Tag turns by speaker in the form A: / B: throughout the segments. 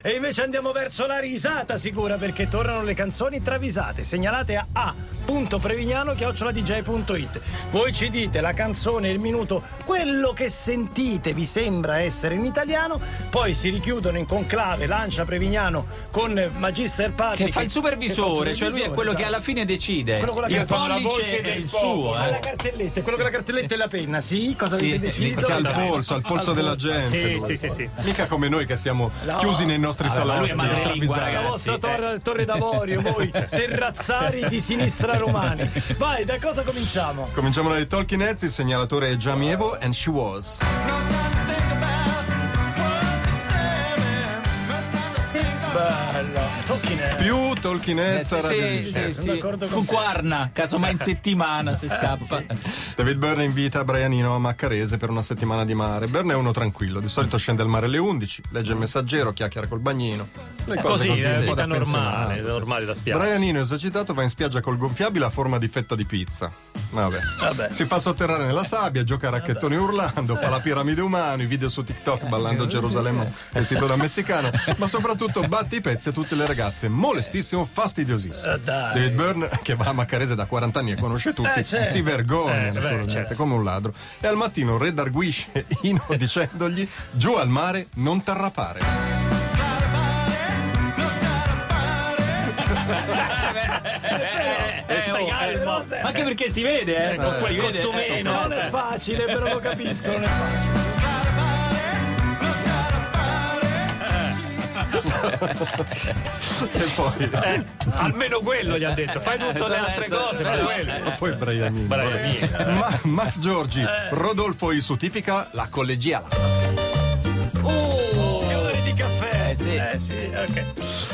A: E invece andiamo verso la risata sicura perché tornano le canzoni travisate segnalate a a.prevignano.dj.it Voi ci dite la canzone, il minuto, quello che sentite vi sembra essere in italiano poi si richiudono in conclave Lancia Prevignano con Magister Patrick
B: che fa il supervisore,
A: che fa il
B: cioè lui è
A: supervisore,
B: quello che
A: esatto.
B: alla fine decide.
A: Quello con la
B: Il
A: canzone.
C: La
B: pollice
C: voce
B: è
C: del
B: il
C: popolo.
B: suo.
A: Ah, la
B: eh.
A: cartelletta, quello con la cartelletta e la penna, sì? Cosa
B: Sì,
A: avete
B: sì,
A: deciso?
D: Perché al
A: Dai.
D: polso, al polso della gente.
C: Sì, sì,
D: lui.
C: sì, sì.
D: Mica come noi che siamo
A: No.
D: chiusi nei nostri
B: Vabbè, ma lui
D: salotti.
B: è
D: a
B: madrelingua,
D: travisare.
A: La
B: ragazzi.
A: vostra
B: eh.
A: torre, torre d'avorio, voi terrazzari di sinistra romani. Vai, da cosa cominciamo?
D: Cominciamo dai Talking Heads, il segnalatore è Jamievo and She Was.
A: Bello, Talking Heads.
D: Più Talking Heads a Radio
B: Sì,
D: Disney.
B: sì,
A: sono d'accordo
B: sì.
A: con
B: Fu
A: te.
B: quarna, casomai in settimana se scappa.
D: David Byrne invita Brianino a Maccarese per una settimana di mare. Byrne è uno tranquillo, di solito scende al mare alle 11, legge il messaggero, chiacchiera col bagnino. Le cose
C: Così,
D: un
C: è
D: po'
C: vita
D: da
C: normale,
D: pensionato.
C: normale da spiaggia.
D: Brianino esagitato va in spiaggia col gonfiabile a forma di fetta di pizza. Vabbè.
A: Vabbè.
D: Si fa sotterrare nella sabbia, gioca a racchettoni urlando, fa la piramide umano, i video su
A: Eh,
D: TikTok ballando a Gerusalemme vestito da messicano, ma soprattutto batte i pezzi a tutte le ragazze. Molestissimo, fastidiosissimo.
A: Eh, dai.
D: David Byrne, che va a Maccarese da 40 anni e conosce tutti,
A: Eh, certo.
D: si vergogna
C: Eh, beh,
D: naturalmente,
C: certo.
D: come un ladro. E al mattino redarguisce Ino dicendogli giù al mare non t'arrapare.
B: Eh, oh,
A: calmo.
B: eh, Anche perché si vede, eh.
D: con
B: si
D: quel
B: vede, eh,
A: Meno,
B: no,
A: non è facile, però lo capisco, non è facile.
D: E poi,
A: Eh,
C: Almeno quello gli ha detto. Fai tutte le altre
B: Adesso-
C: cose, ma quello.
D: Eh, poi Brianino.
C: Brianino.
D: Ma- Max Giorgi, Rodolfo Isu, tipica la collegiala.
B: Oh,
A: Ore di caffè.
B: Eh, sì.
A: Eh, sì, ok.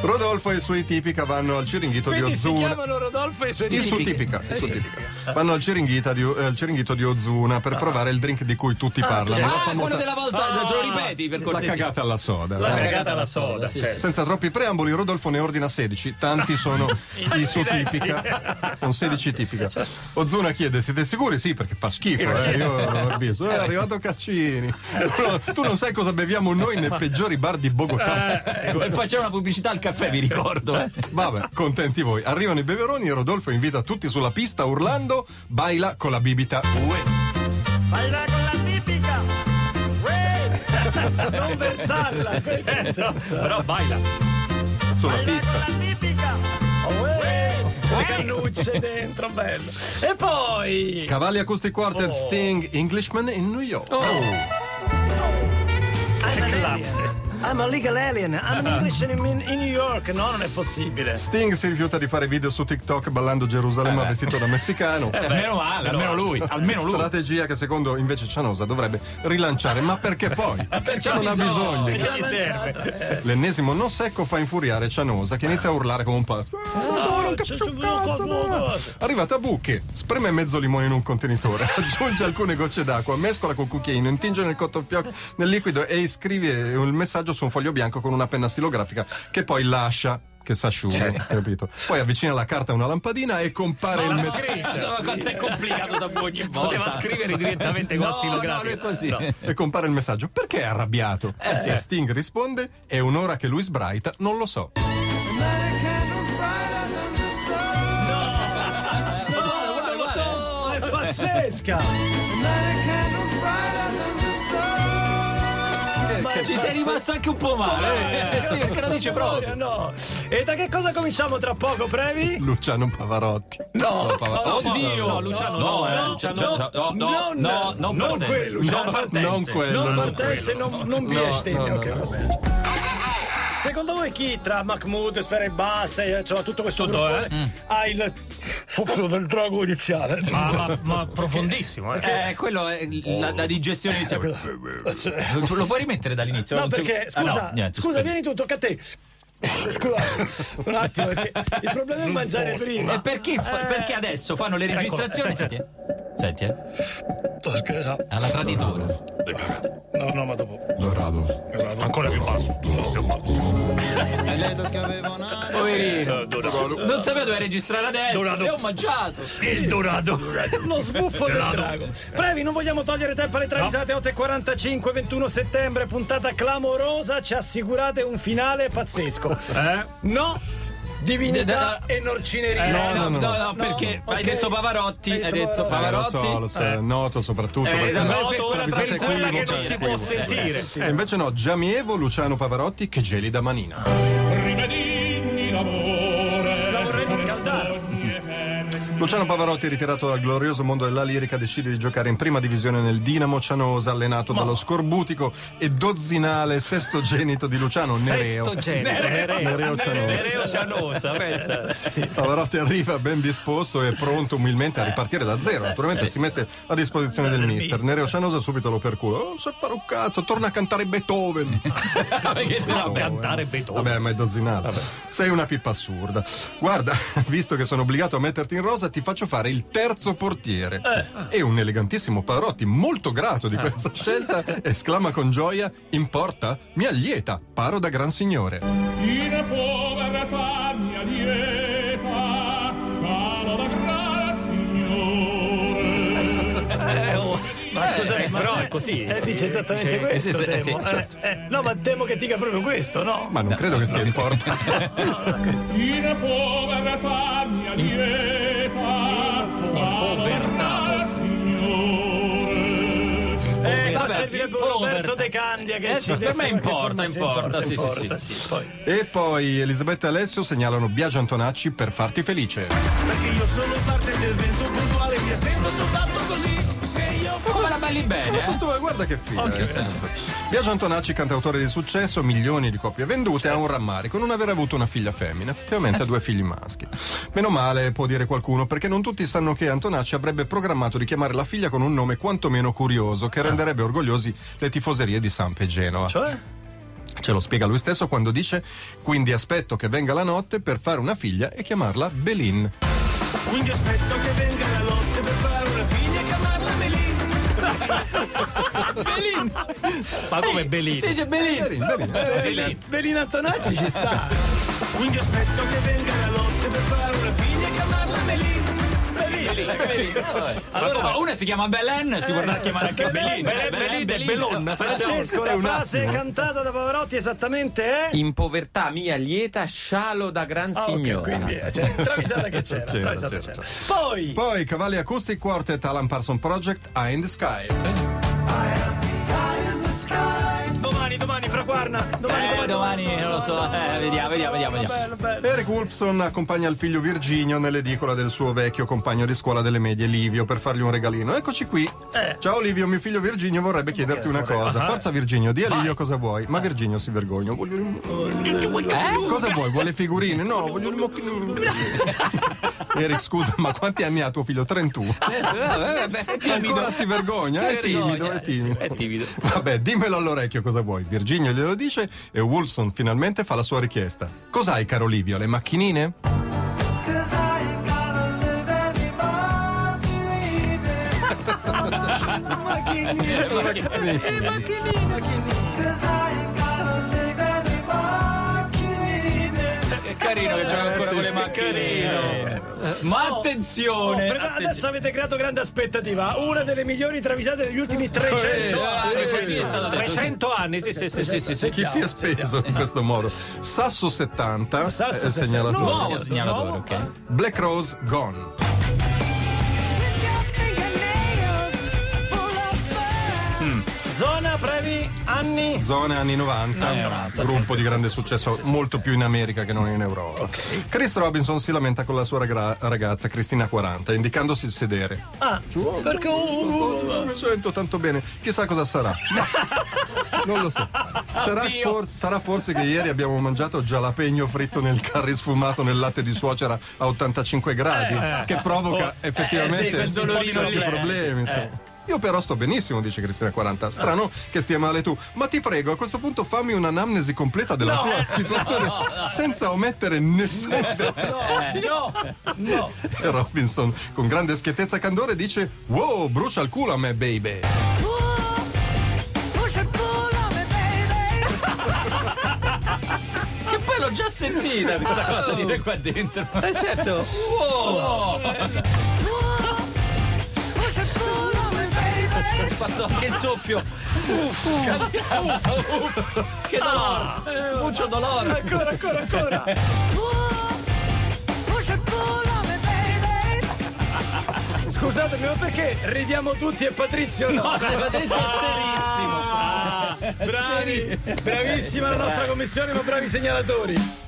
D: Rodolfo e i suoi tipica vanno al ciringhito
A: Quindi
D: di
A: si
D: Ozuna.
A: chiamano Rodolfo e i suoi
D: Il su
A: tipiche.
D: tipica,
B: Eh,
D: il su tipica. Vanno al ciringhita di- eh, al ciringhito di Ozuna per provare il drink di cui tutti parlano. la
B: Ah,
D: famosa-
B: quello della volta, te lo ripeti per
D: la
B: cortesia.
D: cagata alla soda.
C: La
D: dai.
C: cagata alla soda, certo.
D: Senza troppi preamboli, Rodolfo ne ordina 16. Tanti sono i su tipica. Sono 16 tipica. Ozuna chiede: Siete sicuri? Sì, perché fa schifo. eh, Io ho visto. Eh, È arrivato Caccini. Tu non- Tu non sai cosa beviamo noi nei peggiori bar di Bogotà.
B: E poi c'era Eh, una pubblicità al caffè, vi ricordo. eh.
D: Vabbè, contenti voi. Arrivano i beveroni e Rodolfo invita tutti sulla pista urlando Baila con la bibita. uh,
A: Baila con la tipica. Uè. Non versarla, questo è il senso.
C: Però baila.
D: Sulla pista.
A: Uè. Le cannucce dentro, bello. E poi...
D: Cavalli Acoustic Quartet Sting Englishman in New York.
A: I'm an
C: classe.
A: alien. I'm a legal alien. I'm an Englishman in, in New York. No, non è possibile.
D: Sting si rifiuta di fare video su TikTok ballando Gerusalemme vestito da messicano.
B: Almeno male, almeno lui, almeno lui.
D: Strategia che secondo invece Cianosa dovrebbe rilanciare, ma perché poi?
B: Perciò
D: non ha
B: bisogna.
D: bisogno.
C: Che gli serve?
D: L'ennesimo no secco fa infuriare Cianosa che inizia a urlare come un pazzo. Ah, non
A: c'è-
D: capisco un
A: c'è-
D: cazzo,
A: no,
D: ma-
A: no.
D: Arrivata a buche, spreme mezzo limone in un contenitore, aggiunge alcune gocce d'acqua, mescola col cucchiaino, intinge nel cotton fioc nel liquido e scrive un messaggio su un foglio bianco con una penna stilografica che poi lascia
B: Cioè.
D: che s'asciuga, capito? Poi avvicina la carta a una lampadina e compare il messaggio.
B: Ma quanto è complicato da ogni volta.
C: Poteva scrivere direttamente con
B: no, No,
C: stilografico.
B: lui è così.
C: No.
D: e compare il messaggio perché è arrabbiato e Sting risponde è un'ora che lui sbraita non lo so
A: Ah,
B: guarda, lo so.
A: È pazzesca. Ma è
B: Ci sei
A: pazzesca.
B: rimasto anche un po' male. Eh, sì, perché lo dice proprio.
A: No. E da che cosa cominciamo tra poco, Previ?
D: Luciano Pavarotti
A: No,
B: Oddio,
A: no,
B: Luciano,
A: no,
B: no, eh,
A: no,
B: Luciano,
A: no,
B: no, no,
A: non-
B: no, non
A: non
B: partenze,
A: quel Luciano.
B: non partenze.
D: non quello
A: Non
D: non
A: partenze, non, non biestemmie,
D: no,
A: ok, va bene. Secondo voi chi tra Mahmood, Sfera e Basta, e, insomma tutto questo
C: Tutto,
A: gruppo,
C: eh?
A: ha il flusso del drago iniziale?
C: Ma, Ah, ma- ma profondissimo, eh.
B: Eh, quello è la, la digestione iniziale. Lo puoi rimettere dall'inizio?
A: No,
B: Non so-
A: perché
B: Ah, no,
A: scusa,
B: niente,
A: scusa,
B: scusa.
A: vieni tu, tocca a te. Scusa, un attimo, perché il problema è mangiare prima.
B: E perché, fa-
A: Eh.
B: perché adesso fanno le registrazioni?
C: senti,
B: Senti, eh. Senti, eh.
A: Scusa.
B: Alla traditura.
A: No, no, ma dopo.
C: Ancora più basso.
E: E le tasche avevano
B: Poi poverino.
C: Dorado.
B: Non sapeva Eh, dove registrare adesso.
C: Dorado.
B: E ho mangiato.
C: Il Dorado.
A: Lo sbuffo del
C: Dorado.
A: drago. Previ, non vogliamo togliere tempo alle travisate 8.45, 21 settembre, puntata clamorosa. Ci assicurate un finale pazzesco.
C: Eh?
A: No, divinità
B: Da- da-
A: e norcineria.
D: No, no, no,
B: no,
A: no,
B: perché
A: ok.
B: hai detto Pavarotti.
A: Hai
B: Hai
A: detto
B: detto
D: Eh, lo
B: Pavarotti.
D: so, lo so, è noto soprattutto.
B: Eh,
D: perché
B: da
D: no,
B: noto,
D: per-
B: ora
D: pensate,
B: per
D: quindi
B: quella che
D: c'è
B: non si
D: equivoco.
C: può
B: eh,
C: sentire.
D: E invece no, Giamievo, Luciano Pavarotti, che geli da manina.
E: Rimedigni l'amore
A: La vorrei riscaldare.
D: Luciano Pavarotti, ritirato dal glorioso mondo della lirica, decide di giocare in prima divisione nel Dinamo Cianosa, allenato dallo scorbutico e dozzinale sestogenito di Luciano,
B: eh.
D: Nereo. Nereo Cianosa.
C: Nereo Cianosa, pensa.
D: Pavarotti arriva ben disposto e pronto umilmente a ripartire da zero. Naturalmente si mette a disposizione esatto, Eh, del mister. Nereo Cianosa subito lo percula. Oh, se fare un cazzo, torna a cantare Eh, Beethoven.
B: Perché se
C: A
B: no.
C: cantare Beethoven.
D: Vabbè, ma è dozzinale. Sei una pippa assurda. Guarda, visto che sono obbligato a metterti in rosa, ti faccio fare il terzo portiere. E un elegantissimo Pavarotti, molto grato di questa scelta, esclama con gioia: In porta? Mi allieta, paro da gran signore.
E: in povertà mia lieta calo da gran signore
A: Eh, oh, ma scusate,
C: eh,
A: ma
C: però è così.
A: Eh, dice esattamente
B: Sì,
A: questo.
B: sì, sì,
A: temo.
B: sì,
A: Eh,
B: certo.
A: eh, no, ma temo che dica proprio questo, no?
D: Ma non credo che stia in porta.
E: in povertà mia lieta calo da gran signore
A: Eh, qua
B: vabbè,
A: servirebbe
B: importa.
A: Roberto De Candia che
B: Eh,
A: ci
B: per
A: desse
B: me
A: qualche
B: importa,
A: informazione.
B: importa, sì, sì, sì.
A: poi.
D: E poi Elisabetta e Alessio segnalano Biagio Antonacci per farti felice.
A: Eh,
F: Perché io sono parte del vento puntuale, mi sento soltanto così. Se io fossi
B: Come la balli bene, eh?
D: Sotto- guarda che figa. eh, senza. Biagio Antonacci, cantautore di successo, milioni di copie vendute, ha un rammarico, non aver avuto una figlia femmina, effettivamente ha due figli maschi. Meno male, può dire qualcuno, perché non tutti sanno che Antonacci avrebbe programmato di chiamare la figlia con un nome quantomeno curioso, che renderebbe orgogliosi le tifoserie di Samp e Genova.
A: Cioè?
D: Ce lo spiega lui stesso quando dice: Quindi aspetto che venga la notte per fare una figlia e chiamarla Belin.
F: Quindi aspetto che venga la notte per fare una figlia e chiamarla Melin.
B: Belin.
C: Ma come Belin?
B: Dice Belin.
D: Belin, Belin. eh,
B: Belin.
A: Belina Antonacci ci sta.
F: Quindi aspetto che venga la notte per fare una figlia e chiamarla Melin.
B: Allora, ma una si chiama Belen, si guarda chiamare anche Belin. Eh,
C: Belin, Belin, Belon.
A: Francesco,
D: È
A: la
D: un
A: frase
D: attimo.
A: cantata da Pavarotti esattamente è.
G: In povertà mia lieta, scialo da gran
A: Ah, ok,
G: signora.
A: quindi eh, cioè, travisata che c'era,
D: C'era,
A: travisata
D: c'era,
A: c'era. Poi
D: Poi Cavalli Acoustic Quartet Alan Parson Project Eye in the Sky.
A: domani, domani, fra Quarna, domani,
B: Eh,
A: domani,
B: domani non lo so, eh, vediamo, vediamo, vediamo. vediamo.
A: Bello, bello.
D: Eric Wolfson accompagna il figlio Virginio nell'edicola del suo vecchio compagno di scuola delle medie Livio per fargli un regalino. Eccoci qui. Ciao Livio, mio figlio Virginio Eh. vorrebbe Ah. chiederti una cosa. Forza Virginio, di a Livio cosa vuoi. Ma Virginio si vergogna. Voglio il- Eh? Cosa vuoi? Vuole figurine? No, voglio il mochino. Eric, scusa, ma quanti anni ha tuo figlio? 31.
B: Eh, vabbè, vabbè, è timido.
D: Ancora si vergogna, è timido, è timido.
B: È timido.
D: Vabbè, dimmelo all'orecchio cosa vuoi. Virginio glielo dice e Wilson finalmente fa la sua richiesta. Cos'hai, caro Livio? Le macchinine?
A: Eh,
B: È carino Eh, che gioca ancora con le macchine. Eh, Ma
A: Oh,
B: attenzione!
A: prepara- adesso avete creato grande aspettativa. Una delle migliori travisate degli ultimi 300 anni.
B: Eh, così è stato detto.
C: 300 anni, sì, sì, sì, sì, sì, sì.
D: Chi si è speso in questo modo? Sasso 70,
A: Sasso
D: eh,
A: 60.
D: segnalatore.
A: No.
B: Nuovo segnalatore, ok.
D: Black Rose Gone.
A: Zona previ anni.
D: Zona anni 90,
A: Eh,
D: gruppo di grande successo, molto più in America che non in Europa. Chris Robinson si lamenta con la sua ragra- ragazza Cristina 40, indicandosi il sedere.
A: Ah, perché uh,
D: Non mi sento tanto bene, chissà cosa sarà. Ma- non lo so. Sarà forse, sarà forse che ieri abbiamo mangiato jalapeno fritto nel curry sfumato nel latte di suocera a 85 gradi,
B: Eh,
D: che provoca
B: Oh, sì,
D: effettivamente
B: quel dolorino
D: certi
B: lì, eh.
D: problemi. insomma. Io però sto benissimo, dice Cristina 40. Strano che stia male tu. Ma ti prego, a questo punto fammi un'anamnesi completa della tua situazione senza omettere nessun
B: Eh.
A: no, no.
D: E Robinson, con grande schiettezza e candore, dice: Wow, brucia il culo a me, baby.
B: Che poi lo l'ho già sentita questa cosa dire qua dentro.
C: Ah. Eh, certo.
B: Ho fatto anche il soffio. Uff, cantava, uff. Che dolore.
C: Ah.
B: Mucho dolore.
A: Ancora, ancora, ancora. Scusatemi, ma perché ridiamo tutti e Patrizio no?
B: Patrizio è
C: Ah.
B: serissimo. Eh.
A: Bravi, bravissima la nostra commissione, ma bravi segnalatori.